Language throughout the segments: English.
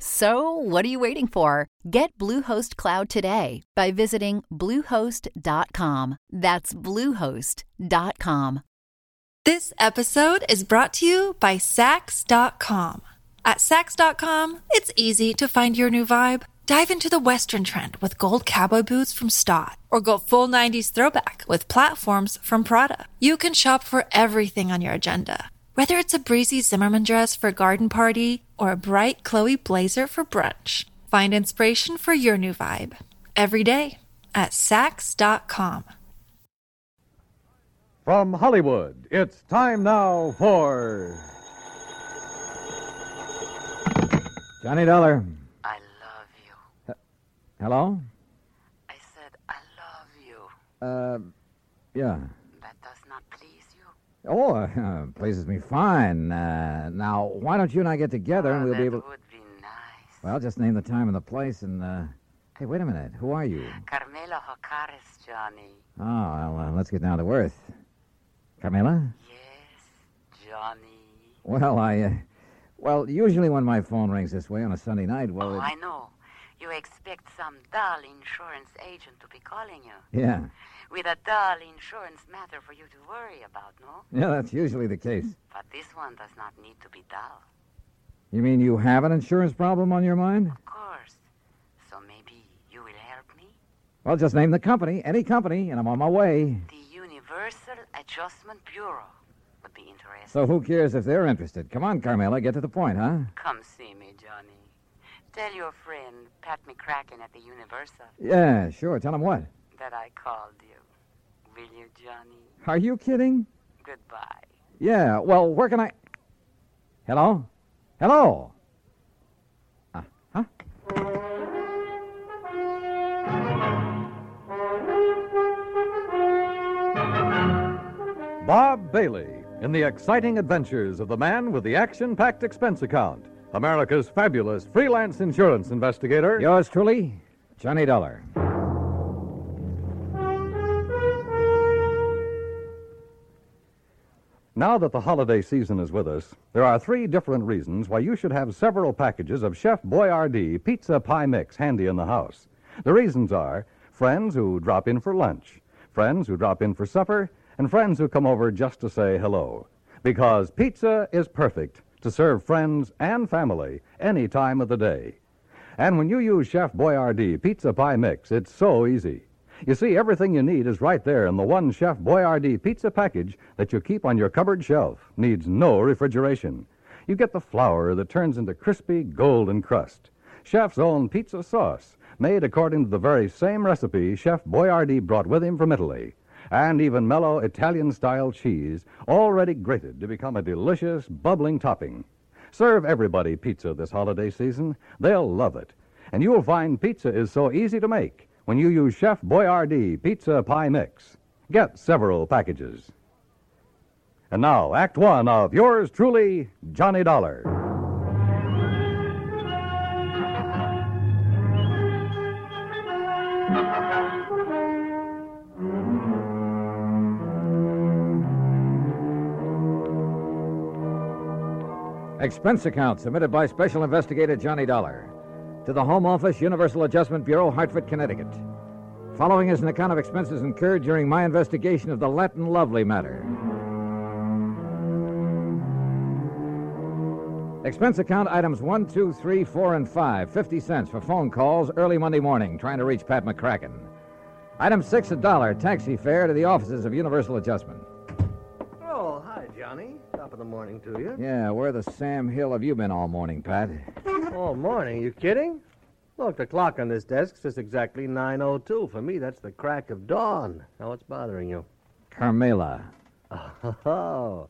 So, what are you waiting for? Get Bluehost Cloud today by visiting Bluehost.com. That's Bluehost.com. This episode is brought to you by Sax.com. At Sax.com, it's easy to find your new vibe. Dive into the Western trend with gold cowboy boots from Stott, or go full 90s throwback with platforms from Prada. You can shop for everything on your agenda. Whether it's a breezy Zimmerman dress for a garden party or a bright Chloe blazer for brunch, find inspiration for your new vibe every day at Saks.com. From Hollywood, it's time now for. Johnny Dollar. Uh, I love you. Hello? I said I love you. Uh, yeah. That does not please you. Oh, uh, pleases me fine. Uh, now, why don't you and I get together and Oh, we'll that be able. would be nice. Well, just name the time and the place and, uh. Hey, wait a minute. Who are you? Carmela Hocaris, Johnny. Oh, well, uh, let's get down to earth. Carmela? Yes, Johnny. Well, I, uh. Well, usually when my phone rings this way on a Sunday night, well. Oh, it- I know. You expect some dull insurance agent to be calling you Yeah. with a dull insurance matter for you to worry about, no? Yeah, that's usually the case. But this one does not need to be dull. You mean you have an insurance problem on your mind? Of course. So maybe you will help me? Well, just name the company, any company, and I'm on my way. The Universal Adjustment Bureau would be interested. So who cares if they're interested? Come on, Carmela, get to the point, huh? Come see me, Johnny. Tell your friend, Pat McCracken at the Universal, Yeah, sure. Tell them what. that I called you. Will you, Johnny? Are you kidding? Goodbye. Yeah, well, where can I. Hello? Hello? Uh, huh? Bob Bailey in the exciting adventures of the man with the action packed expense account, America's fabulous freelance insurance investigator. Yours truly, Johnny Dollar. Now that the holiday season is with us, there are three different reasons why you should have several packages of Chef Boyardee pizza pie mix handy in the house. The reasons are friends who drop in for lunch, friends who drop in for supper, and friends who come over just to say hello. Because pizza is perfect to serve friends and family any time of the day. And when you use Chef Boyardee Pizza Pie Mix, it's so easy. You see, everything you need is right there in the one Chef Boyardee pizza package that you keep on your cupboard shelf. Needs no refrigeration. You get the flour that turns into crispy golden crust. Chef's own pizza sauce, made according to the very same recipe Chef Boyardee brought with him from Italy. And even mellow Italian style cheese, already grated to become a delicious, bubbling topping. Serve everybody pizza this holiday season. They'll love it. And you'll find pizza is so easy to make when you use Chef Boyardee Pizza Pie Mix. Get several packages. And now, Act One of yours truly, Johnny Dollar. Expense account submitted by Special Investigator Johnny Dollar to the Home Office Universal Adjustment Bureau, Hartford, Connecticut. Following is an account of expenses incurred during my investigation of the Latin Lovely matter. Expense account items 1, 2, 3, 4, and 5, 50 cents for phone calls early Monday morning, trying to reach Pat McCracken. Item 6, a dollar taxi fare to the offices of Universal Adjustment. Oh, hi, Johnny. Top of the morning to you. Yeah, where the Sam Hill have you been all morning, Pat? Oh, morning. You kidding? Look, the clock on this desk says exactly 9.02. For me, that's the crack of dawn. Now, what's bothering you? Carmela. Oh,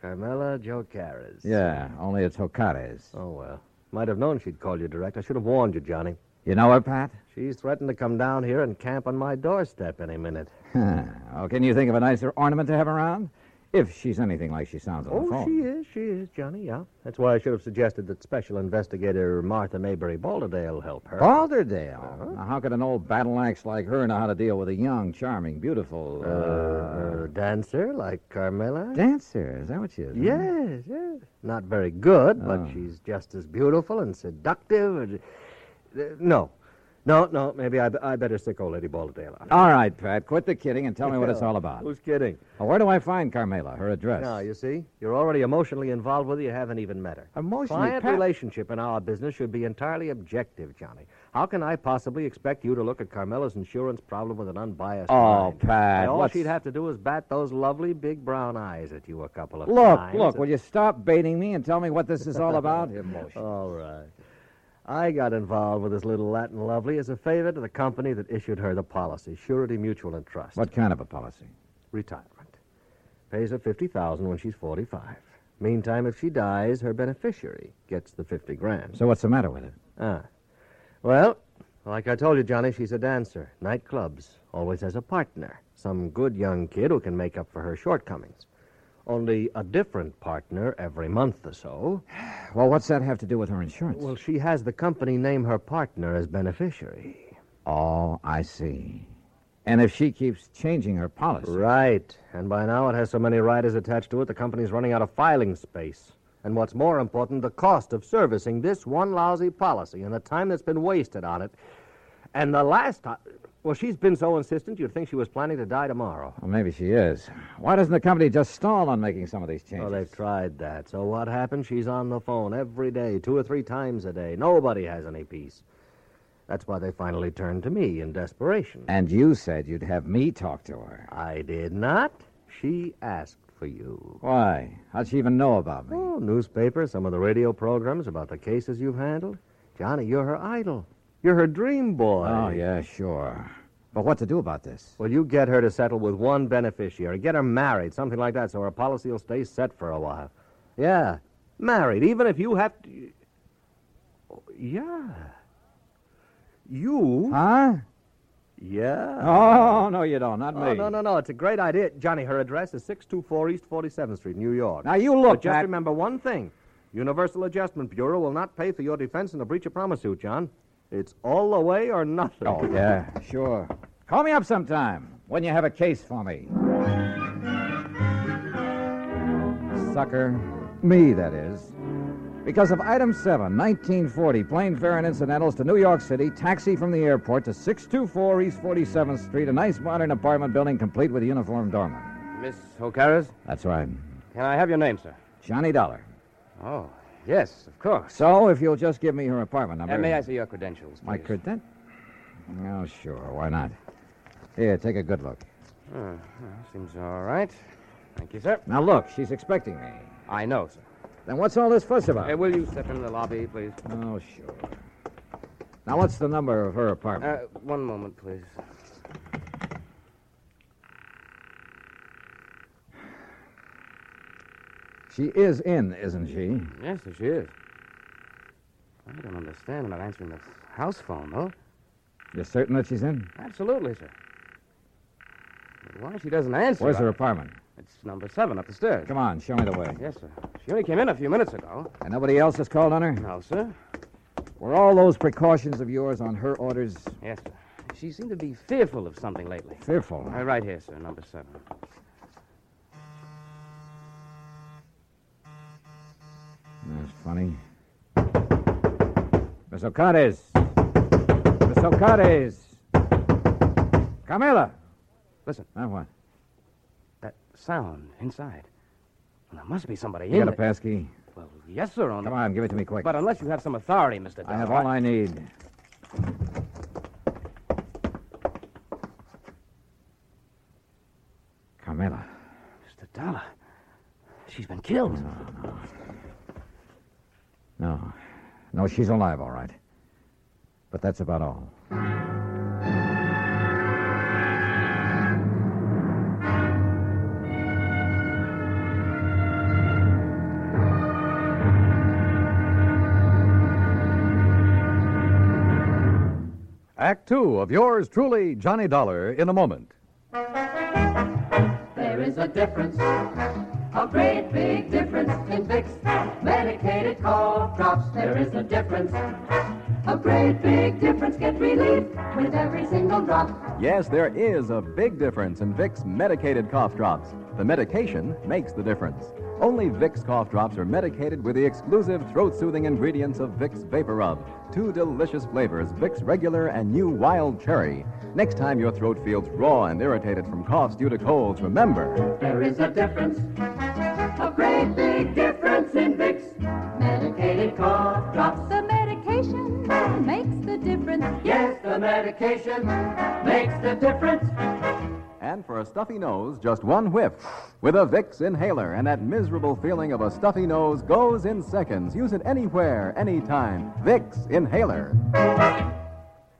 Carmela Jocaras. Yeah, only it's Hocares. Oh, well. Might have known she'd call you direct. I should have warned you, Johnny. You know her, Pat? She's threatened to come down here and camp on my doorstep any minute. oh, can you think of a nicer ornament to have around? If she's anything like she sounds on the Oh, phone. she is, she is, Johnny, yeah. That's why I should have suggested that Special Investigator Martha Mayberry Balderdale help her. Uh-huh. Balderdale. Now, how could an old battle axe like her know how to deal with a young, charming, beautiful uh, Uh, dancer like Carmela? dancer? Is that what she is? huh? Oh. Yes, yes. Not very good, but she's just as beautiful and seductive. And, uh, no. No, no, maybe I, I better stick old Lady Balderdale out. All right, Pat, quit the kidding and tell me what it's all about. Who's kidding? Well, where do I find Carmela? Her address? Now, you see, you're already emotionally involved with her. You haven't even met her. Emotionally, Client Pat- relationship in our business should be entirely objective, Johnny. How can I possibly expect you to look at Carmela's insurance problem with an unbiased Oh, mind? Pat, And all what's- she'd have to do is bat those lovely big brown eyes at you a couple of Look, times. look, will you stop baiting me and tell me what this is all about? All right. I got involved with this little Latin lovely as a favor to the company that issued her the policy, Surety Mutual and Trust. What kind of a policy? Retirement. Pays her 50000 when she's 45. Meantime, if she dies, her beneficiary gets the 50 grand. So what's the matter with it? Ah. Well, like I told you, Johnny, she's a dancer. Nightclubs. Always has a partner. Some good young kid who can make up for her shortcomings. Only a different partner every month or so. Well, what's that have to do with her insurance? Well, she has the company name her partner as beneficiary. oh, I see. And if she keeps changing her policy, Right. And by now it has so many riders attached to it, the company's running out of filing space. And what's more important, the cost of servicing this one lousy policy and the time that's been wasted on it. And the last time. Well, she's been so insistent, you'd think she was planning to die tomorrow. well, maybe she is. Why doesn't the company just stall on making some of these changes? Well, they've tried that. So what happened? She's on the phone every day, two or three times a day. Nobody has any peace. That's why they finally turned to me in desperation. And you said you'd have me talk to her. I did not. She asked for you. Why? How'd she even know about me? Oh, newspaper, some of the radio programs about the cases you've handled. Johnny, you're her idol. You're her dream boy. Oh, yeah, sure. But what to do about this? Well, you get her to settle with one beneficiary. Get her married, something like that, so her policy will stay set for a while. Yeah, married, even if you have to. Oh, Yeah. You? Huh? Yeah. Oh, no, you don't. Not me. Oh, no, no, no. It's a great idea. Johnny, her address is 624 East 47th Street, New York. Now, you look, But just Mac- remember one thing Universal Adjustment Bureau will not pay for your defense in a breach of promise suit, John. It's all the way or nothing. Oh, yeah, sure. Call me up sometime when you have a case for me. Sucker. Me, that is. Because of item 7, 1940, plane fare and incidentals to New York City, taxi from the airport to 624 East 47th Street, a nice modern apartment building complete with a uniformed doorman. Miss Hocaras, That's right. can I have your name, sir? Johnny Dollar. Oh, yes, of course. So, if you'll just give me her apartment number. And may I see your credentials, please? My credent? Oh, sure. Why not? Here, take a good look. Oh, seems all right. Thank you, sir. Now, look, she's expecting me. I know, sir. Then what's all this fuss about? Hey, will you step into the lobby, please? Oh, sure. Now, what's the number of her apartment? Uh, one moment, please. she is in, isn't she? Yes, there she is. I don't understand about answering the house phone, though. You're certain that she's in? Absolutely, sir. But why she doesn't answer? Where's I- her apartment? It's number seven up the stairs. Come on, show me the way. Yes, sir. She only came in a few minutes ago. And nobody else has called on her? No, sir. Were all those precautions of yours on her orders Yes, sir. She seemed to be fearful of something lately. fearful? Uh, right here, sir, number seven. That's funny. Miss Ocares. Miss Ocares. Carmela. Listen, Now what? that sound inside. Well, there must be somebody You in got a there. pass key? Well, yes, sir, on Come on, give it to me quick. But unless you have some authority, Mr. Dollar, I have all I need. Carmela. Mr. Dollar, she's been killed. No. No, she's alive, all right. But that's about all. Act two of yours truly, Johnny Dollar, in a moment. There is a difference, a great big difference in Vicks medicated cough drops. There is a difference, a great big difference. Get relief with every single drop. Yes, there is a big difference in Vicks medicated cough drops. The medication makes the difference. Only Vicks cough drops are medicated with the exclusive throat soothing ingredients of Vicks Vapor Rub. Two delicious flavors, Vicks Regular and New Wild Cherry. Next time your throat feels raw and irritated from coughs due to colds, remember There is a difference, a great big difference in Vicks medicated cough drops. The medication makes the difference. Yes, the medication makes the difference. And for a stuffy nose, just one whiff with a Vicks inhaler, and that miserable feeling of a stuffy nose goes in seconds. Use it anywhere, anytime. Vicks inhaler.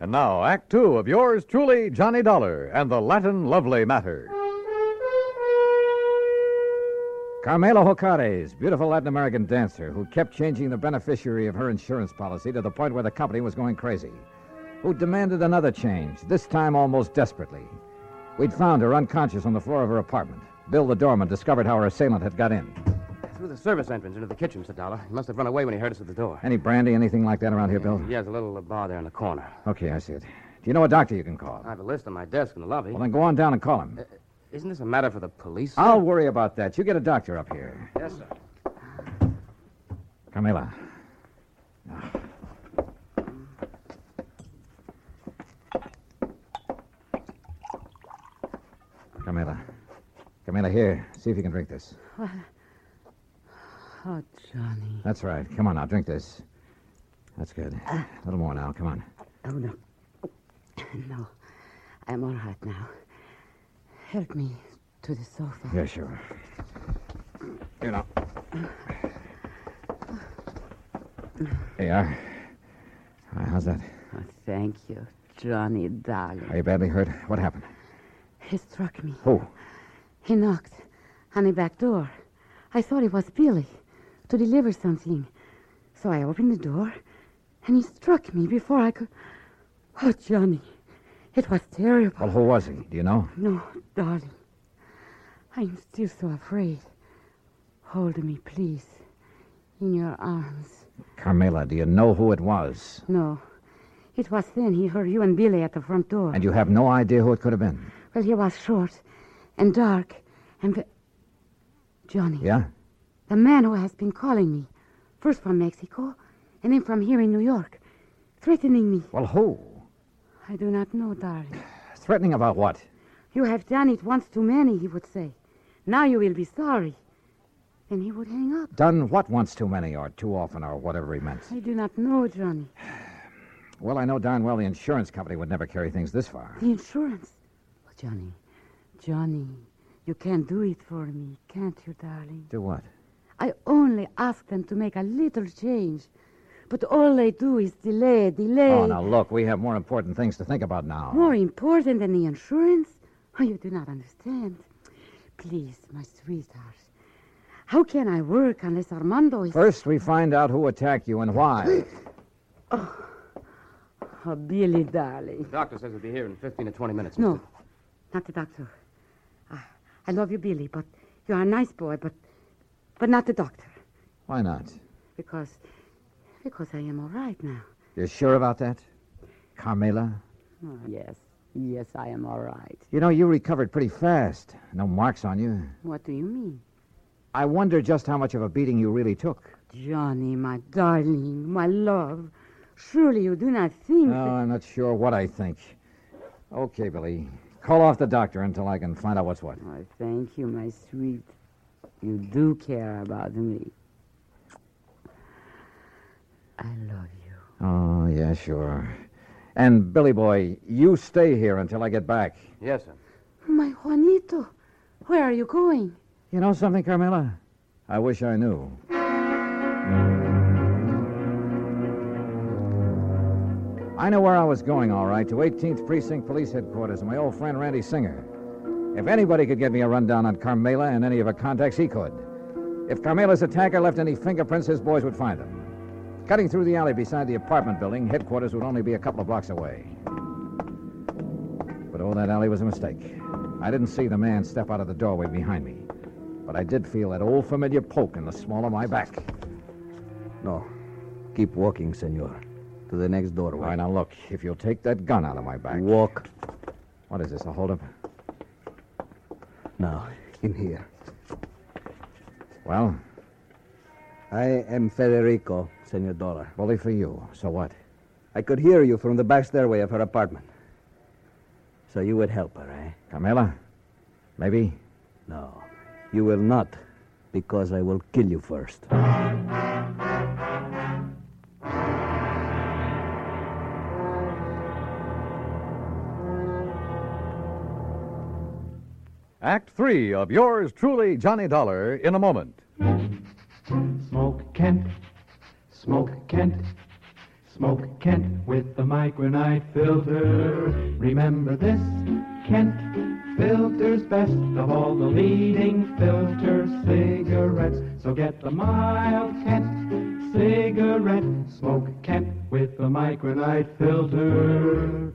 And now, Act Two of yours truly, Johnny Dollar and the Latin Lovely Matter. Carmela Hocares, beautiful Latin American dancer who kept changing the beneficiary of her insurance policy to the point where the company was going crazy, who demanded another change, this time almost desperately. We'd found her unconscious on the floor of her apartment. Bill the doorman discovered how her assailant had got in. Through the service entrance into the kitchen, said Dollar. He must have run away when he heard us at the door. Any brandy, anything like that around here, Bill? Yeah, there's a little uh, bar there in the corner. Okay, I see it. Do you know a doctor you can call? I have a list on my desk in the lobby. Uh, Well, then go on down and call him. Isn't this a matter for the police? I'll worry about that. You get a doctor up here. Yes, sir. Carmela. Carmela. Carmela, here. See if you can drink this. Oh, Johnny. That's right. Come on now, drink this. That's good. A little more now. Come on. Oh, no. No. I'm all right now. Help me to the sofa. Yeah, sure. Here now. There you are. All right, how's that? Oh, thank you, Johnny, darling. Are you badly hurt? What happened? He struck me. Who? He knocked on the back door. I thought it was Billy to deliver something. So I opened the door, and he struck me before I could. Oh, Johnny, it was terrible. Well, who was he? Do you know? No, darling. I'm still so afraid. Hold me, please, in your arms. Carmela, do you know who it was? No. It was then he heard you and Billy at the front door. And you have no idea who it could have been? Well, he was short and dark and. ve- Johnny. Yeah? The man who has been calling me, first from Mexico and then from here in New York, threatening me. Well, who? I do not know, darling. Threatening about what? You have done it once too many, he would say. Now you will be sorry. And he would hang up. Done what once too many or too often or whatever he meant. I do not know, Johnny. Well, I know darn well the insurance company would never carry things this far. The insurance. Oh, Johnny, Johnny, you can't do it for me, can't you, darling? Do what? I only ask them to make a little change. But all they do is delay, delay. Oh, now look, we have more important things to think about now. More important than the insurance? Oh, you do not understand. Please, my sweetheart. How can I work unless Armando is. First, we find out who attacked you and why. Oh, Billy, darling. The doctor says he'll be here in 15 to 20 minutes. No, not the doctor. Ah, I love you, Billy, but you are a nice boy, but, but not the doctor. Why not? Because. Because I am all right now. You're sure about that? Carmela? Yes, yes, I am all right. You know, you recovered pretty fast. No marks on you. What do you mean? I wonder just how much of a beating you really took. Johnny, my darling, my love. Surely you do not think. No, Uh, I'm not sure what I think. Okay, Billy. Call off the doctor until I can find out what's what. Oh, thank you, my sweet. You do care about me. I love you. Oh, yeah, sure. And, Billy boy, you stay here until I get back. Yes, sir. My Juanito, where are you going? You know something, Carmela? I wish I knew. I know where I was going, all right, to 18th Precinct Police Headquarters and my old friend Randy Singer. If anybody could get me a rundown on Carmela and any of her contacts, he could. If Carmela's attacker left any fingerprints, his boys would find them. Cutting through the alley beside the apartment building, headquarters would only be a couple of blocks away. But oh, that alley was a mistake. I didn't see the man step out of the doorway behind me. But I did feel that old familiar poke in the small of my back. No. Keep walking, senor. To the next doorway. All right, now look, if you'll take that gun out of my back. Walk. What is this, a holdup? Now, in here. Well, I am Federico, senor Dollar. bully for you. So what? I could hear you from the back stairway of her apartment. So you would help her, eh? Carmela? Maybe? No. You will not, because I will kill you first. Act three of yours truly, Johnny Dollar, in a moment. Smoke Kent, smoke Kent, smoke Kent with the micronite filter. Remember this, Kent filters best of all the leading filter cigarettes. So get the mild Kent cigarette, smoke Kent with the micronite filter.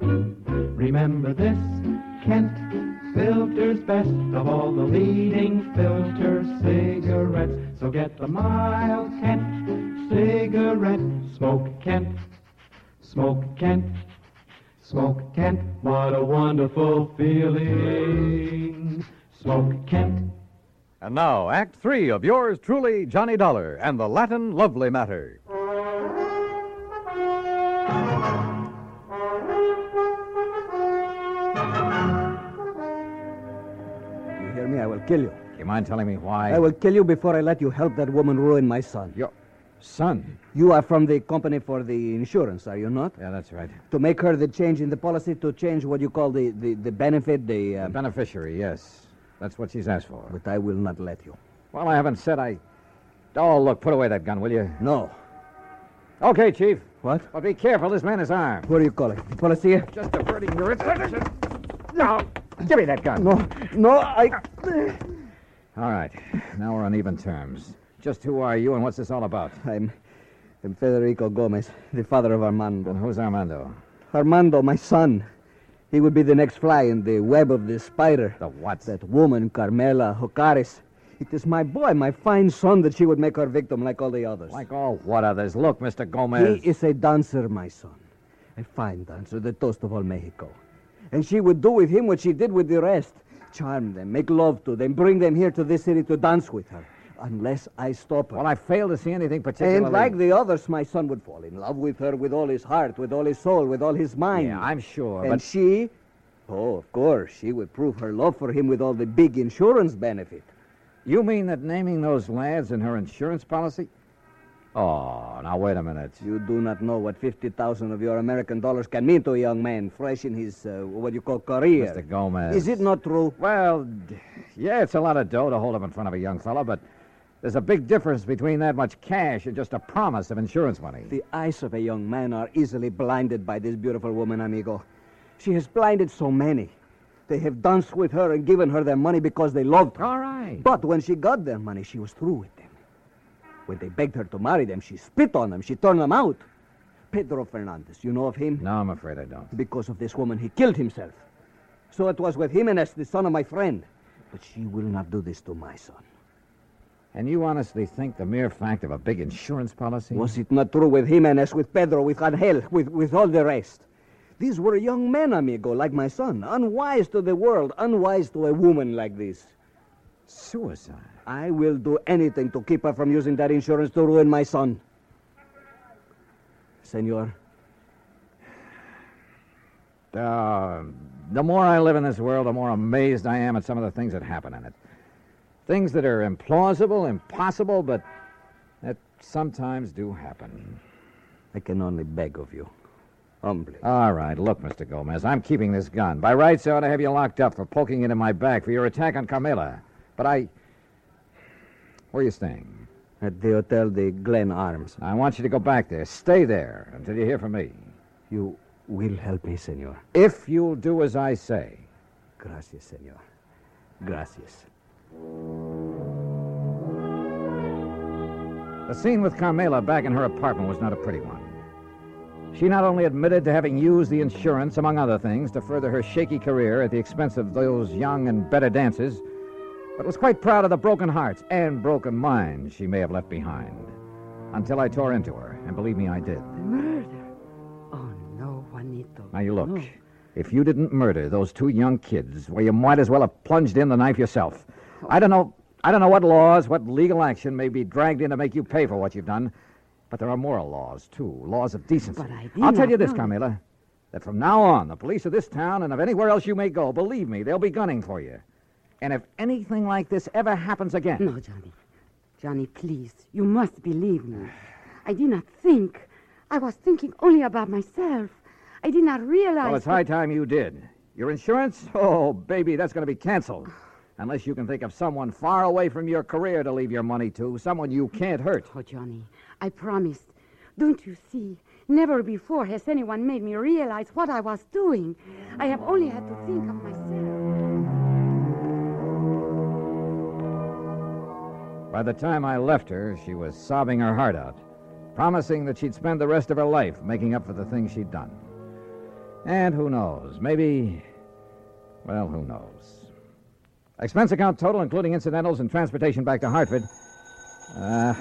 Remember this, Kent filters best of all the leading filter cigarettes. So get the mild Kent cigarette, smoke Kent, smoke Kent, smoke Kent. What a wonderful feeling, smoke Kent. And now, Act three of yours truly, Johnny Dollar, and the Latin Lovely Matter. You hear me? I will kill you. You mind telling me why? I will kill you before I let you help that woman ruin my son. Your son. You are from the company for the insurance, are you not? Yeah, that's right. To make her the change in the policy, to change what you call the, the, the benefit, the. Uh, The beneficiary, yes. That's what she's asked for. but I will not let you. Well, I haven't said I. Oh, look, put away that gun, will you? No. Okay, Chief. What? But be careful. This man is armed. What are you calling? The policy? here? Just averting your attention. No. Give me that gun. No, no, I. All right. Now we're on even terms. Just who are you and what's this all about? I'm, I'm Federico Gomez, the father of Armando. And who's Armando? Armando, my son. He would be the next fly in the web of the spider. The what? That woman, Carmela Jocares. It is my boy, my fine son, that she would make her victim like all the others. Like all Oh, what others. Look, Mr. Gomez. He is a dancer, my son. A fine dancer, the toast of all Mexico. And she would do with him what she did with the rest charm them, make love to them, bring them here to this city to dance with her. Unless I stop her. Well, I fail to see anything particularly. and like the others, my son would fall in love with her with all his heart, with all his soul, with all his mind. Yeah, I'm sure, And but- she, oh, of course, she would prove her love for him with all the big insurance benefit. You mean that naming those lads in her insurance policy? Oh, now wait a minute. You do not know what 50,000 of your American dollars can mean to a young man fresh in his, uh, what you call, career. Mr. Gomez. Is it not true? Well, d- yeah, it's a lot of dough to hold up in front of a young fellow, but there's a big difference between that much cash and just a promise of insurance money. The eyes of a young man are easily blinded by this beautiful woman, amigo. She has blinded so many. They have danced with her and given her their money because they loved her. All right. But when she got their money, she was through with them. When they begged her to marry them, she spit on them. She turned them out. Pedro Fernandez, you know of him? No, I'm afraid I don't. Because of this woman, he killed himself. So it was with Jimenez, the son of my friend. But she will not do this to my son. And you honestly think the mere fact of a big insurance policy? Was it not true with Jimenez, with Pedro, with Angel, with, with all the rest? These were young men, amigo, like my son, unwise to the world, unwise to a woman like this. suicide? I will do anything to keep her from using that insurance to ruin my son. Senor, Uh, the more I live in this world, the more amazed I am at some of the things that happen in it. Things that are implausible, impossible, but that sometimes do happen. I can only beg of you. humbly. All right, look, Mr. Gomez, I'm keeping this gun. By rights, I ought to have you locked up for poking into my back for your attack on Carmela. But I. Where are you staying? At the Hotel de Glen Arms. I want you to go back there. Stay there until you hear from me. You will help me, senor. If you'll do as I say. Gracias, senor. Gracias. The scene with Carmela back in her apartment was not a pretty one. She not only admitted to having used the insurance, among other things, to further her shaky career at the expense of those young and better dancers, but was quite proud of the broken hearts and broken minds she may have left behind. Until I tore into her, and believe me, I did. Murder. Oh, no, Juanito. Now, you look. No. If you didn't murder those two young kids, well, you might as well have plunged in the knife yourself. I don't know. I don't know what laws, what legal action may be dragged in to make you pay for what you've done, but there are moral laws too, laws of decency. But I do will tell not you this, know. Carmela, that from now on, the police of this town and of anywhere else you may go, believe me, they'll be gunning for you. And if anything like this ever happens again, No, Johnny. Johnny, please. You must believe me. I did not think. I was thinking only about myself. I did not realize. well, it's that- high time you did. Your insurance? Oh, baby, that's going to be canceled. Unless you can think of someone far away from your career to leave your money to, someone you can't hurt. Oh, Johnny, I promised. Don't you see? Never before has anyone made me realize what I was doing. I have only had to think of myself. By the time I left her, she was sobbing her heart out, promising that she'd spend the rest of her life making up for the things she'd done. And who knows? Maybe. Well, who knows? Expense account total, including incidentals and transportation back to Hartford. Uh,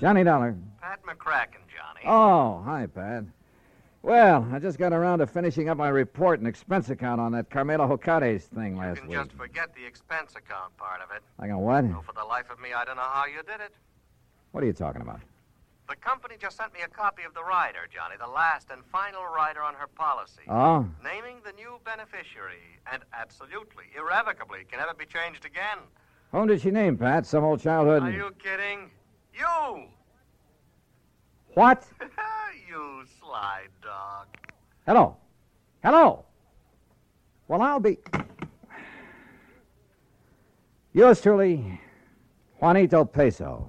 Johnny Dollar. Pat McCracken, Johnny. Oh, hi, Pat. Well, I just got around to finishing up my report and expense account on that Carmelo Hocates thing you last can week. just forget the expense account part of it. I got what? For the life of me, I don't know how you did it. What are you talking about? The company just sent me a copy of the rider, Johnny, the last and final rider on her policy. Oh? Naming the new beneficiary, and absolutely, irrevocably, can never be changed again. Whom did she name, Pat? Some old childhood. Are you kidding? You! What? you sly dog. Hello. Hello. Well, I'll be. Yours truly, Juanito Peso.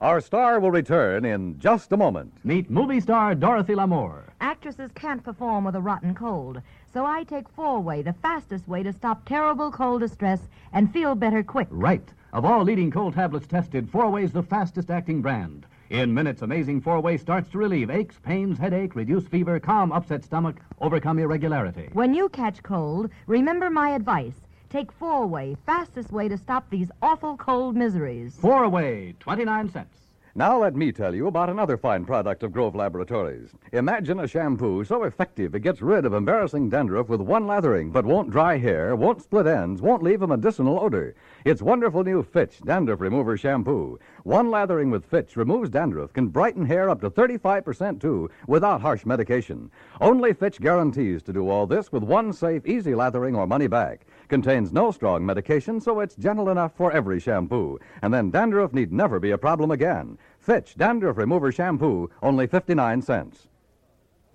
Our star will return in just a moment. Meet movie star Dorothy L'Amour. Actresses can't perform with a rotten cold, so I take four way, the fastest way to stop terrible cold distress and feel better quick. Right. Of all leading cold tablets tested, Four Way's the fastest acting brand. In minutes, amazing Four Way starts to relieve aches, pains, headache, reduce fever, calm upset stomach, overcome irregularity. When you catch cold, remember my advice. Take four way, fastest way to stop these awful cold miseries. Four away, 29 cents. Now let me tell you about another fine product of Grove Laboratories. Imagine a shampoo so effective it gets rid of embarrassing dandruff with one lathering, but won't dry hair, won't split ends, won't leave a medicinal odor. It's wonderful new Fitch Dandruff Remover Shampoo. One lathering with Fitch removes dandruff, can brighten hair up to 35% too, without harsh medication. Only Fitch guarantees to do all this with one safe, easy lathering or money back. Contains no strong medication, so it's gentle enough for every shampoo. And then dandruff need never be a problem again. Fitch Dandruff Remover Shampoo, only 59 cents.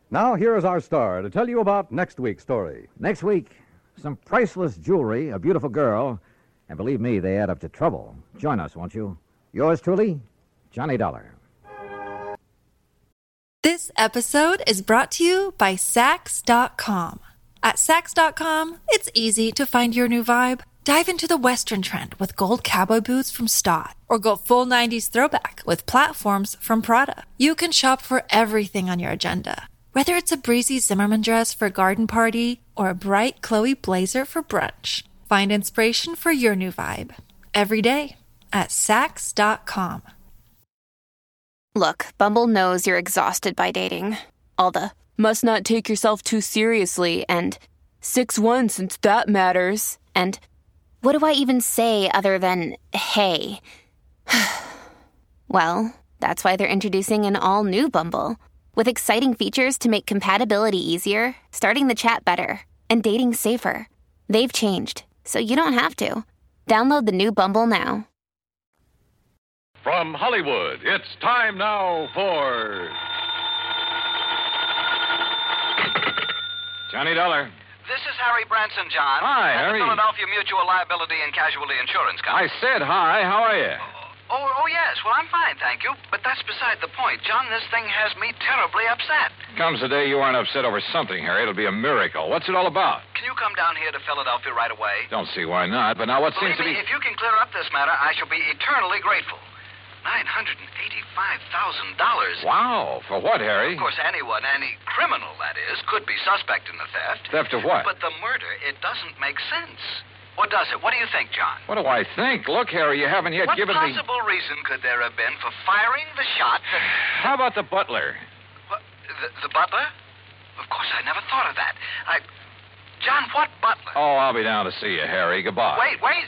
Now, here is our star to tell you about next week's story. Next week, some priceless jewelry, a beautiful girl, and believe me, they add up to trouble. Join us, won't you? Yours truly, Johnny Dollar. This episode is brought to you by Sax.com. At Sax.com, it's easy to find your new vibe. Dive into the Western trend with gold cowboy boots from Stott, or go full 90s throwback with platforms from Prada. You can shop for everything on your agenda, whether it's a breezy Zimmerman dress for a garden party or a bright Chloe blazer for brunch. Find inspiration for your new vibe every day at Sax.com. Look, Bumble knows you're exhausted by dating. All the must not take yourself too seriously and 6 1 since that matters. And what do I even say other than hey? well, that's why they're introducing an all new Bumble with exciting features to make compatibility easier, starting the chat better, and dating safer. They've changed, so you don't have to. Download the new Bumble now. From Hollywood, it's time now for. Johnny Dollar. This is Harry Branson, John. Hi, at the Harry. Philadelphia Mutual Liability and Casualty Insurance I Company. said hi. How are you? Oh, oh yes. Well, I'm fine, thank you. But that's beside the point, John. This thing has me terribly upset. Comes the day you aren't upset over something, Harry. It'll be a miracle. What's it all about? Can you come down here to Philadelphia right away? Don't see why not. But now what Believe seems to me, be. if you can clear up this matter, I shall be eternally grateful. Nine hundred and eighty-five thousand dollars. Wow. For what, Harry? Of course, anyone, any criminal, that is, could be suspect in the theft. Theft of what? But the murder, it doesn't make sense. Or does it? What do you think, John? What do I think? Look, Harry, you haven't yet what given me. possible reason could there have been for firing the shot that... How about the butler? What, the, the butler? Of course, I never thought of that. I... John, what butler? Oh, I'll be down to see you, Harry. Goodbye. Wait, wait.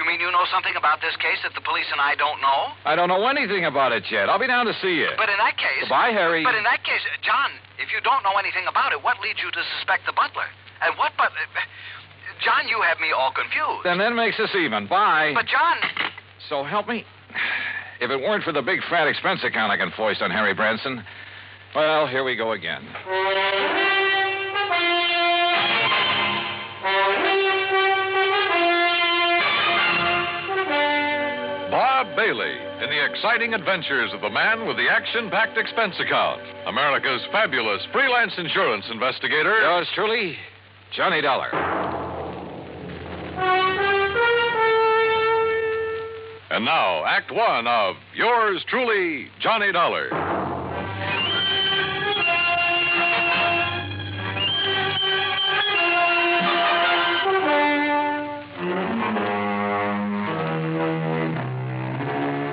You mean you know something about this case that the police and I don't know? I don't know anything about it yet. I'll be down to see you. But in that case. Goodbye, Harry. But in that case, uh, John, if you don't know anything about it, what leads you to suspect the butler? And what butler? John, you have me all confused. Then that makes us even. Bye. But John, So help me. If it weren't for the big fat expense account I can foist on Harry Branson, well, here we go again. Bob Bailey in the exciting adventures of the man with the action packed expense account. America's fabulous freelance insurance investigator. Yours truly, Johnny Dollar. And now, Act One of Yours Truly, Johnny Dollar.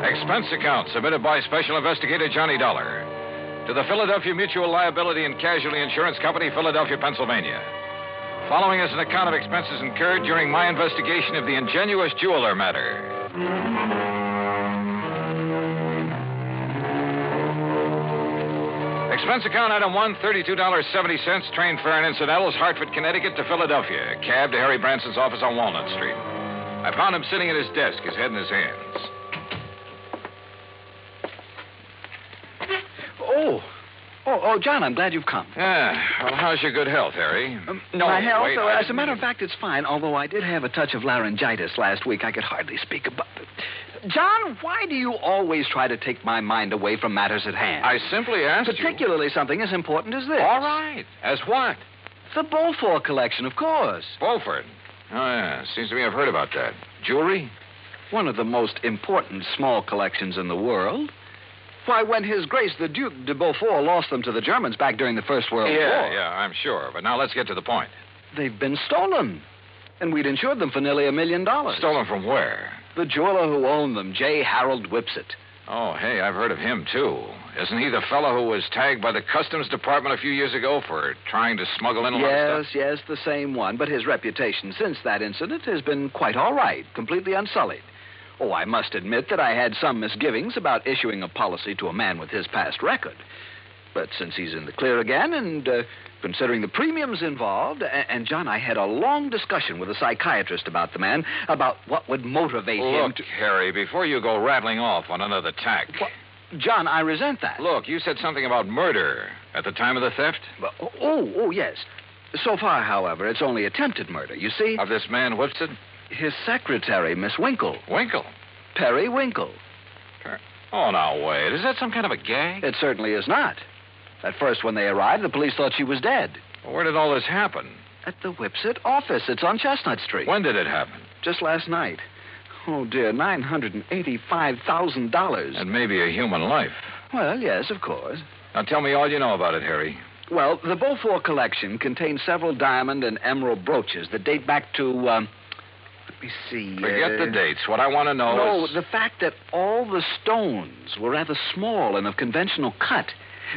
Expense account submitted by Special Investigator Johnny Dollar to the Philadelphia Mutual Liability and Casualty Insurance Company, Philadelphia, Pennsylvania. Following is an account of expenses incurred during my investigation of the ingenuous jeweler matter. Expense account item one, $32.70, train fare and incidentals, Hartford, Connecticut to Philadelphia. Cab to Harry Branson's office on Walnut Street. I found him sitting at his desk, his head in his hands. oh, oh, oh, John, I'm glad you've come. Yeah. Well, how's your good health, Harry? no, My health, wait, uh, I as a matter of fact, it's fine. Although I did have a touch of laryngitis last week, I could hardly speak. But, John, why do you always try to take my mind away from matters at hand? I simply asked you. particularly something as important as this. All right. As what? The Beaufort collection, of course. Beaufort. Oh, yeah. Seems to me I've heard about that. Jewelry? One of the most important small collections in the world. Why, when His Grace the Duke de Beaufort lost them to the Germans back during the First World yeah, War, yeah, I'm sure. But now let's get to the point. they've been stolen. And we'd insured them for nearly a million dollars. Stolen from where? The jeweler who owned them, J. Harold Whipsett. Oh, hey, I've heard of him, too. Isn't he the fellow who was tagged by the Customs Department a few years ago for trying to smuggle in a lot of Yes, stuff? yes, the same one. But his reputation since that incident has been quite all right, completely unsullied. Oh, I must admit that I had some misgivings about issuing a policy to a man with his past record. But since he's in the clear again, and uh, considering the premiums involved, and, and John, I had a long discussion with a psychiatrist about the man, about what would motivate him Look, to. Harry, before you go rattling off on another tack. John, I resent that. Look, you said something about murder at the time of the theft? But- oh, oh, oh, yes. So far, however, it's only attempted murder, you see. Of this man, Whipson? His secretary, Miss Winkle. Winkle? Perry Winkle. Oh, now, wait. Is that some kind of a gag? It certainly is not. At first, when they arrived, the police thought she was dead. Where did all this happen? At the Whipset office. It's on Chestnut Street. When did it happen? Just last night. Oh, dear, $985,000. And maybe a human life. Well, yes, of course. Now tell me all you know about it, Harry. Well, the Beaufort collection contains several diamond and emerald brooches that date back to, um, let me see. Forget uh, the dates. What I want to know No, is. the fact that all the stones were rather small and of conventional cut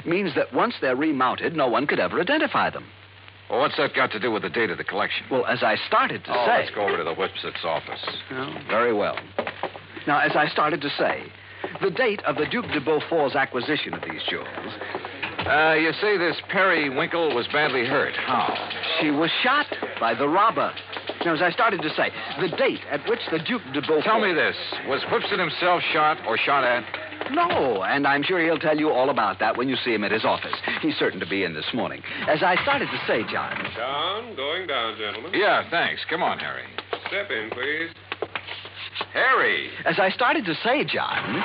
means that once they're remounted, no one could ever identify them. Well, what's that got to do with the date of the collection? Well, as I started to oh, say. let's go over to the Whipsit's office. Oh, very well. Now, as I started to say, the date of the Duc de Beaufort's acquisition of these jewels Uh, you say this periwinkle was badly hurt. How? She was shot by the robber. Now, as I started to say, the date at which the Duke de Beaufort. Tell me this. Was Whipson himself shot or shot at? No, and I'm sure he'll tell you all about that when you see him at his office. He's certain to be in this morning. As I started to say, John. Down, going down, gentlemen. Yeah, Oh, thanks. Come on, Harry. Step in, please. Harry! As I started to say, John.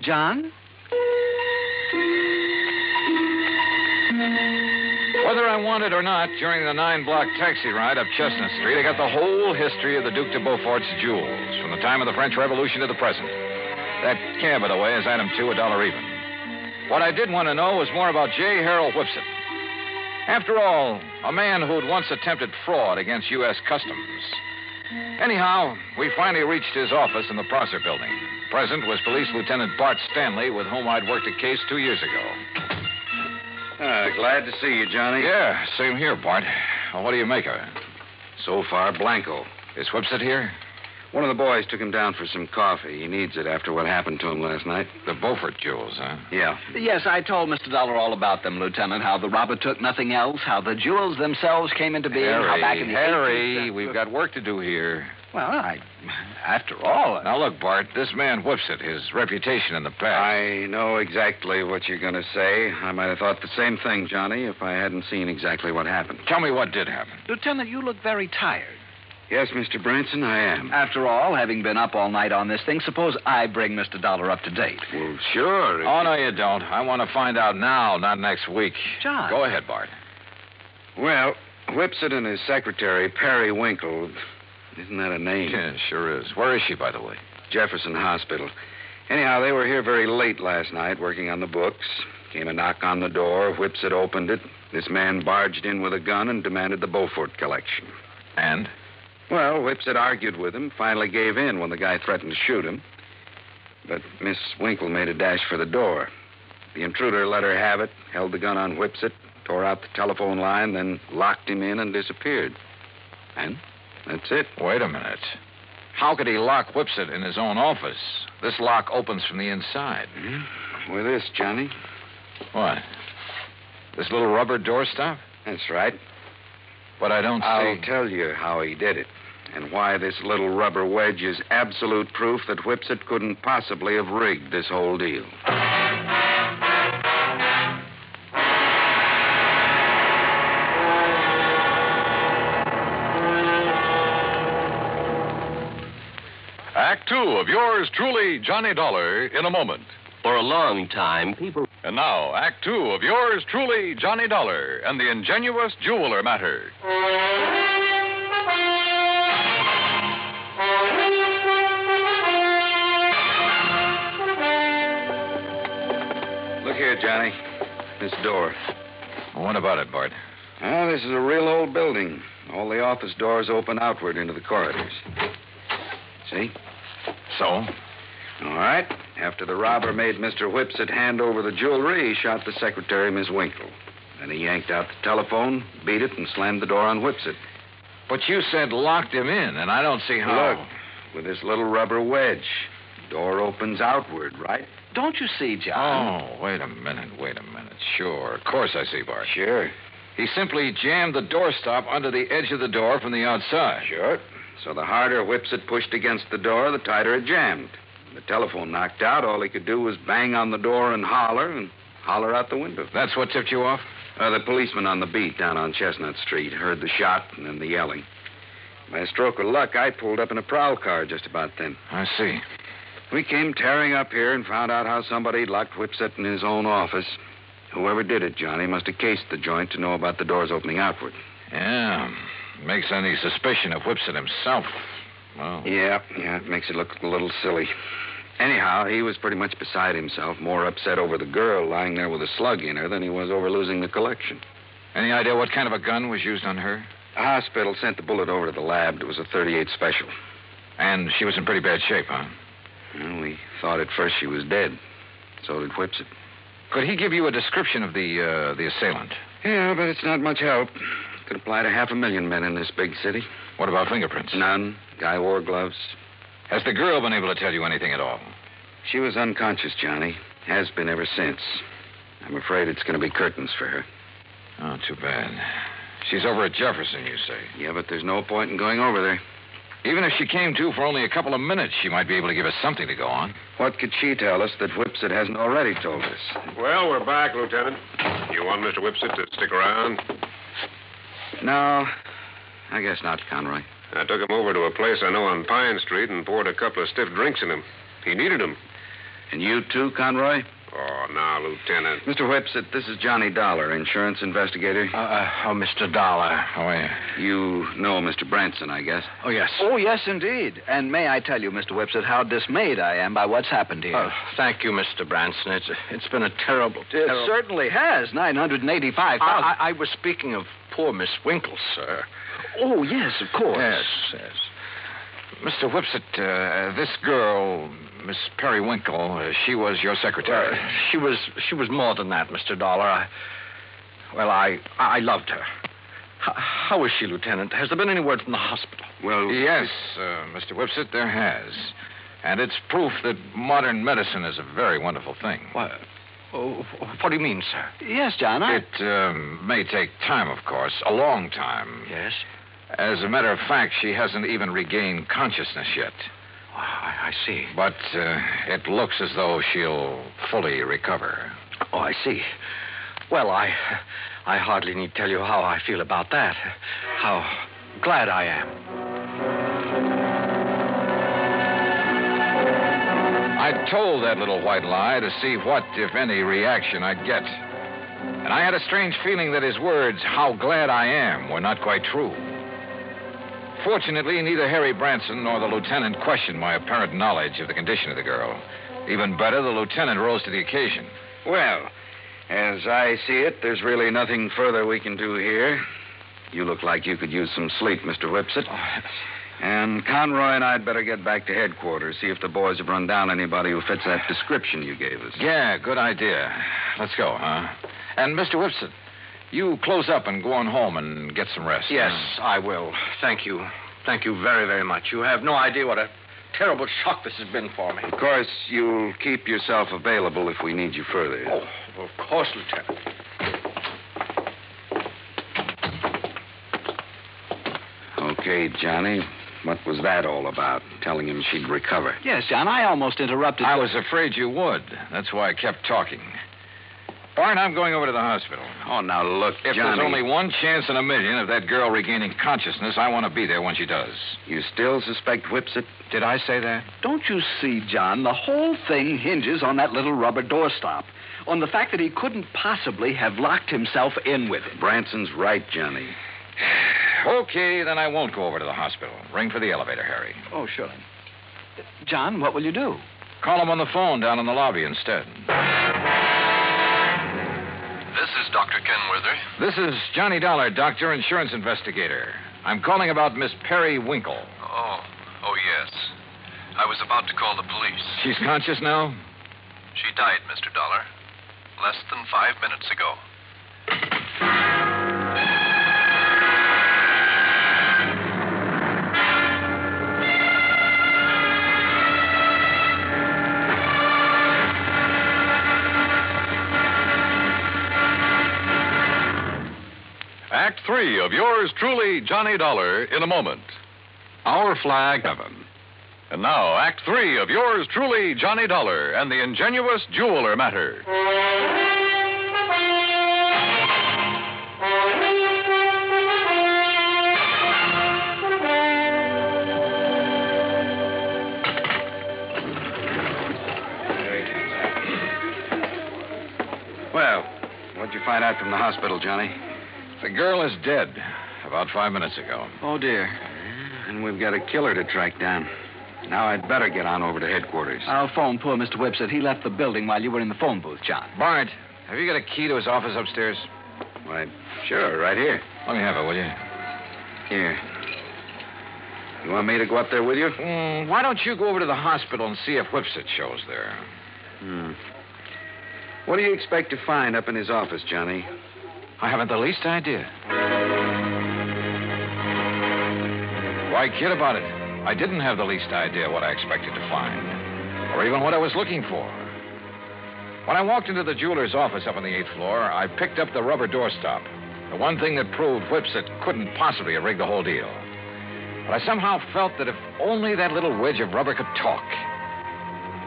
John? Whether I want it or not, during the nine block taxi ride up Chestnut Street, I got the whole history of the Duc de Beaufort's jewels, from the time of the French Revolution to the present. That cab, by the way, is item two, a dollar even. What I did want to know was more about J. Harold Whipson. After all, a man who'd once attempted fraud against U.S. Customs. Anyhow, we finally reached his office in the Prosser building. Present was Police Lieutenant Bart Stanley, with whom I'd worked a case two years ago. Ah, glad to see you, Johnny. Yeah, same here, Bart. Well, what do you make of it? So far, Blanco. Is Whipsit here? One of the boys took him down for some coffee. He needs it after what happened to him last night. The Beaufort jewels, huh? Yeah. Yes, I told Mr. Dollar all about them, Lieutenant. How the robber took nothing else, how the jewels themselves came into being, how Harry, back in the Harry, 18th we've got work to do here. Well, I. After uh, all. Now, look, Bart, this man Whipsit, his reputation in the past. I know exactly what you're going to say. I might have thought the same thing, Johnny, if I hadn't seen exactly what happened. Tell me what did happen. Lieutenant, you look very tired. Yes, Mr. Branson, I am. After all, having been up all night on this thing, suppose I bring Mr. Dollar up to date. Well, sure. Oh, no, you don't. I want to find out now, not next week. John. Go ahead, Bart. Well, Whipsit and his secretary, Perry Winkle. Isn't that a name? Yeah, sure is. Where is she, by the way? Jefferson Hospital. Anyhow, they were here very late last night working on the books. Came a knock on the door. Whipsit opened it. This man barged in with a gun and demanded the Beaufort collection. And? Well, Whipsit argued with him, finally gave in when the guy threatened to shoot him. But Miss Winkle made a dash for the door. The intruder let her have it, held the gun on Whipsit, tore out the telephone line, then locked him in and disappeared. And? That's it. Wait a minute. How could he lock Whipsit in his own office? This lock opens from the inside. Hmm? With this, Johnny. What? This little rubber doorstop? That's right. But I don't I'll see. tell you how he did it and why this little rubber wedge is absolute proof that Whipsit couldn't possibly have rigged this whole deal. Act two of yours truly, Johnny Dollar, in a moment. For a long time, people. And now, Act two of yours truly, Johnny Dollar, and the ingenuous jeweler matter. Look here, Johnny. This door. What about it, Bart? Well, this is a real old building. All the office doors open outward into the corridors. See? So? All right. After the robber made Mr. Whipsit hand over the jewelry, he shot the secretary, Miss Winkle. Then he yanked out the telephone, beat it, and slammed the door on Whipsit. But you said locked him in, and I don't see how. Look, with this little rubber wedge, door opens outward, right? Don't you see, John? Oh, wait a minute, wait a minute. Sure, of course I see, Bart. Sure. He simply jammed the doorstop under the edge of the door from the outside. Sure. So the harder Whipsit pushed against the door, the tighter it jammed. The telephone knocked out. All he could do was bang on the door and holler, and holler out the window. That's what tipped you off? Uh, the policeman on the beat down on Chestnut Street heard the shot and then the yelling. By a stroke of luck, I pulled up in a prowl car just about then. I see. We came tearing up here and found out how somebody locked Whipset in his own office. Whoever did it, Johnny, must have cased the joint to know about the doors opening outward. Yeah. Makes any suspicion of Whipson himself. Well, Yeah, yeah, it makes it look a little silly. Anyhow, he was pretty much beside himself, more upset over the girl lying there with a slug in her than he was over losing the collection. any idea what kind of a gun was used on her? The hospital sent the bullet over to the lab. It was a 38 special. And she was in pretty bad shape, huh? Well, we thought at first she was dead. So did Whipsit. Could he give you a description of the uh, the assailant? Yeah, but it's not much help. Could apply to half a million men in this big city. What about fingerprints? None. Guy wore gloves. Has the girl been able to tell you anything at all? She was unconscious, Johnny. Has been ever since. I'm afraid it's going to be curtains for her. Oh, too bad. She's over at Jefferson, you say. Yeah, but there's no point in going over there. Even if she came to for only a couple of minutes, she might be able to give us something to go on. What could she tell us that Whipsit hasn't already told us? Well, we're back, Lieutenant. You want Mr. Whipsit to stick around? No, I guess not, Conroy. I took him over to a place I know on Pine Street and poured a couple of stiff drinks in him. He needed 'em. And you too, Conroy? Oh, now, Lieutenant. Mr. Whipsit, this is Johnny Dollar, insurance investigator. Uh, uh, oh, Mr. Dollar. How are you? You know Mr. Branson, I guess. Oh, yes. Oh, yes, indeed. And may I tell you, Mr. Whipsit, how dismayed I am by what's happened here. Oh, thank you, Mr. Branson. It's, it's been a terrible, it terrible... Uh, certainly has. 985000 I, I, I was speaking of poor Miss Winkle, sir. Oh, yes, of course. Yes, yes. Mr. Whipsit, uh, this girl, Miss Periwinkle, uh, she was your secretary. Uh, she was she was more than that, Mr. Dollar. I, well, I I loved her. H- how is she, Lieutenant? Has there been any word from the hospital? Well, yes, uh, Mr. Whipsit, there has, and it's proof that modern medicine is a very wonderful thing. What? Oh, what do you mean, sir? Yes, John. I... It um, may take time, of course, a long time. Yes. As a matter of fact, she hasn't even regained consciousness yet. Wow, I, I see. But uh, it looks as though she'll fully recover. Oh, I see. Well, I, I hardly need tell you how I feel about that. How glad I am. I told that little white lie to see what, if any, reaction I'd get. And I had a strange feeling that his words, how glad I am, were not quite true. Fortunately, neither Harry Branson nor the lieutenant questioned my apparent knowledge of the condition of the girl. Even better, the lieutenant rose to the occasion. Well, as I see it, there's really nothing further we can do here. You look like you could use some sleep, Mr. Whipsit. Oh, And Conroy and I'd better get back to headquarters, see if the boys have run down anybody who fits that description you gave us. Yeah, good idea. Let's go, huh? And Mr. Whipson, you close up and go on home and get some rest. Yes, I will. Thank you. Thank you very, very much. You have no idea what a terrible shock this has been for me. Of course, you'll keep yourself available if we need you further. Oh, of course, Lieutenant. Okay, Johnny. What was that all about? Telling him she'd recover. Yes, John, I almost interrupted. I was afraid you would. That's why I kept talking. Barn, I'm going over to the hospital. Oh, now look, If Johnny. there's only one chance in a million of that girl regaining consciousness, I want to be there when she does. You still suspect Whipsit? Did I say that? Don't you see, John? The whole thing hinges on that little rubber doorstop. On the fact that he couldn't possibly have locked himself in with it. Branson's right, Johnny. Okay, then I won't go over to the hospital. Ring for the elevator, Harry. Oh, sure. John, what will you do? Call him on the phone down in the lobby instead. This is Dr. Kenworthy. This is Johnny Dollar, doctor, insurance investigator. I'm calling about Miss Perry Winkle. Oh, oh yes. I was about to call the police. She's conscious now? She died, Mr. Dollar, less than five minutes ago. Act three of yours truly, Johnny Dollar, in a moment. Our flag, heaven. And now, Act three of yours truly, Johnny Dollar, and the ingenuous jeweler matter. Well, what'd you find out from the hospital, Johnny? The girl is dead about five minutes ago. Oh, dear. And we've got a killer to track down. Now I'd better get on over to headquarters. I'll phone poor Mr. Whipsit. He left the building while you were in the phone booth, John. Bart, have you got a key to his office upstairs? Why, sure, right here. Let me have it, will you? Here. You want me to go up there with you? Mm, why don't you go over to the hospital and see if Whipsit shows there? Hmm. What do you expect to find up in his office, Johnny? I haven't the least idea. Why kid about it? I didn't have the least idea what I expected to find, or even what I was looking for. When I walked into the jeweler's office up on the eighth floor, I picked up the rubber doorstop, the one thing that proved Whipsit couldn't possibly have rigged the whole deal. But I somehow felt that if only that little wedge of rubber could talk.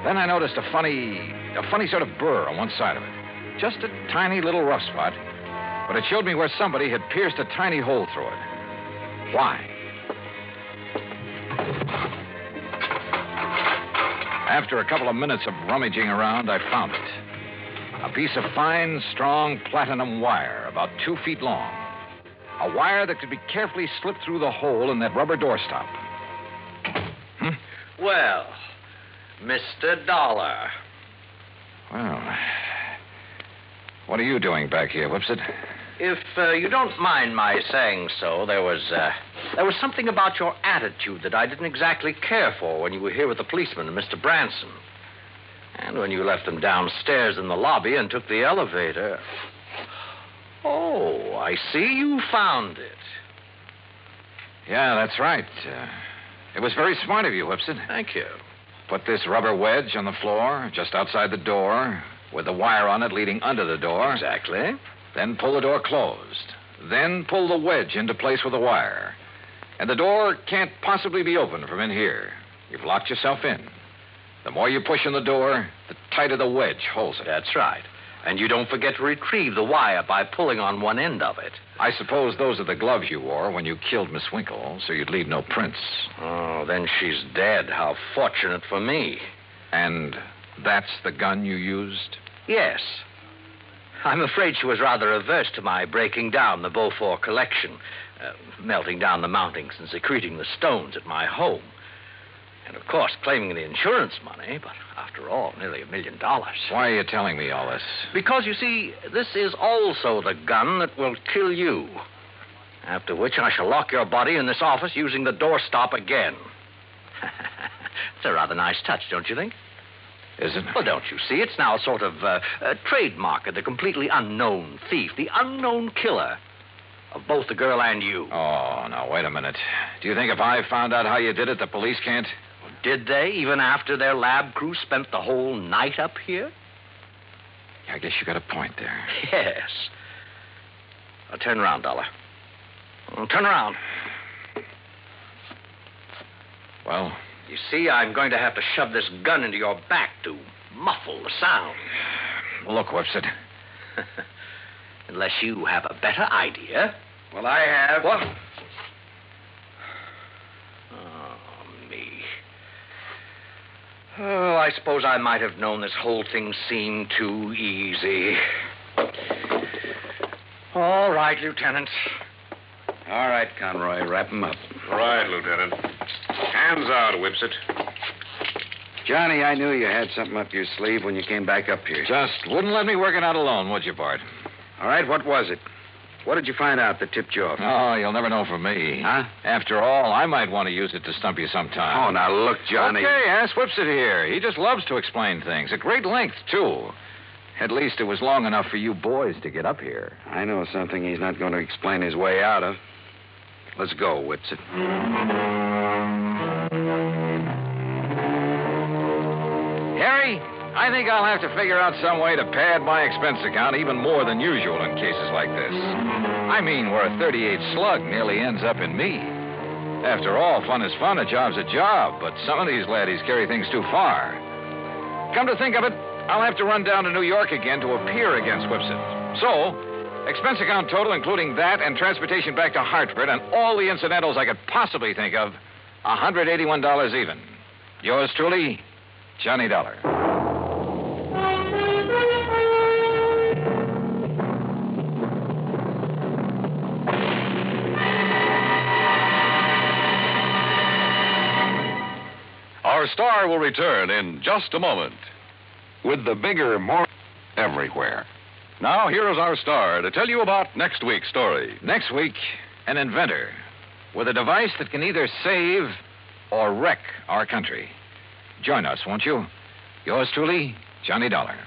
Then I noticed a funny, a funny sort of burr on one side of it, just a tiny little rough spot, but it showed me where somebody had pierced a tiny hole through it. Why? After a couple of minutes of rummaging around, I found it. A piece of fine, strong platinum wire, about two feet long. A wire that could be carefully slipped through the hole in that rubber doorstop. Well, Mr. Dollar. Well, what are you doing back here, Whipsit? If uh, you don't mind my saying so, there was uh, there was something about your attitude that I didn't exactly care for when you were here with the policeman and Mr. Branson, and when you left them downstairs in the lobby and took the elevator. Oh, I see you found it. Yeah, that's right. Uh, it was very smart of you, Whipsit. Thank you. Put this rubber wedge on the floor just outside the door with the wire on it leading under the door. Exactly. Then pull the door closed. Then pull the wedge into place with the wire. And the door can't possibly be opened from in here. You've locked yourself in. The more you push on the door, the tighter the wedge holds it. That's right. And you don't forget to retrieve the wire by pulling on one end of it. I suppose those are the gloves you wore when you killed Miss Winkle, so you'd leave no prints. Oh, then she's dead. How fortunate for me. And that's the gun you used? Yes. I'm afraid she was rather averse to my breaking down the Beaufort collection, uh, melting down the mountings and secreting the stones at my home. And of course, claiming the insurance money, but after all, nearly a million dollars. Why are you telling me all this? Because, you see, this is also the gun that will kill you. After which, I shall lock your body in this office using the doorstop again. it's a rather nice touch, don't you think? Isn't Well, don't you see? It's now a sort of uh, a trademark of the completely unknown thief, the unknown killer of both the girl and you. Oh, now, wait a minute. Do you think if I found out how you did it, the police can't? Did they, even after their lab crew spent the whole night up here? I guess you got a point there. Yes. Now turn around, Dollar. Now turn around. Well, You see, I'm going to have to shove this gun into your back to muffle the sound. look, Whipsit. Unless you have a better idea. Well, I have. What? Oh, me. Oh, I suppose I might have known this whole thing seemed too easy. All right, Lieutenant. All right, Conroy, wrap him up. Right, Lieutenant. Hands out, Whipsit. Johnny, I knew you had something up your sleeve when you came back up here. Just wouldn't let me work it out alone, would you, Bart? All right, what was it? What did you find out that tipped you off? Oh, you'll never know from me. Huh? After all, I might want to use it to stump you sometime. Oh, now look, Johnny. Okay, ask Whipsit here. He just loves to explain things, at great length, too. At least it was long enough for you boys to get up here. I know something he's not going to explain his way out of. Let's go, Whipsit. Harry, I think I'll have to figure out some way to pad my expense account even more than usual in cases like this. I mean, where a 38 slug nearly ends up in me. After all, fun is fun, a job's a job, but some of these laddies carry things too far. Come to think of it, I'll have to run down to New York again to appear against Whipson. So, expense account total, including that and transportation back to Hartford and all the incidentals I could possibly think of, $181 even. Yours truly, Johnny Dollar. Our star will return in just a moment with the bigger, more everywhere. Now, here is our star to tell you about next week's story. Next week, an inventor with a device that can either save or wreck our country. Join us, won't you? Yours truly, Johnny Dollar.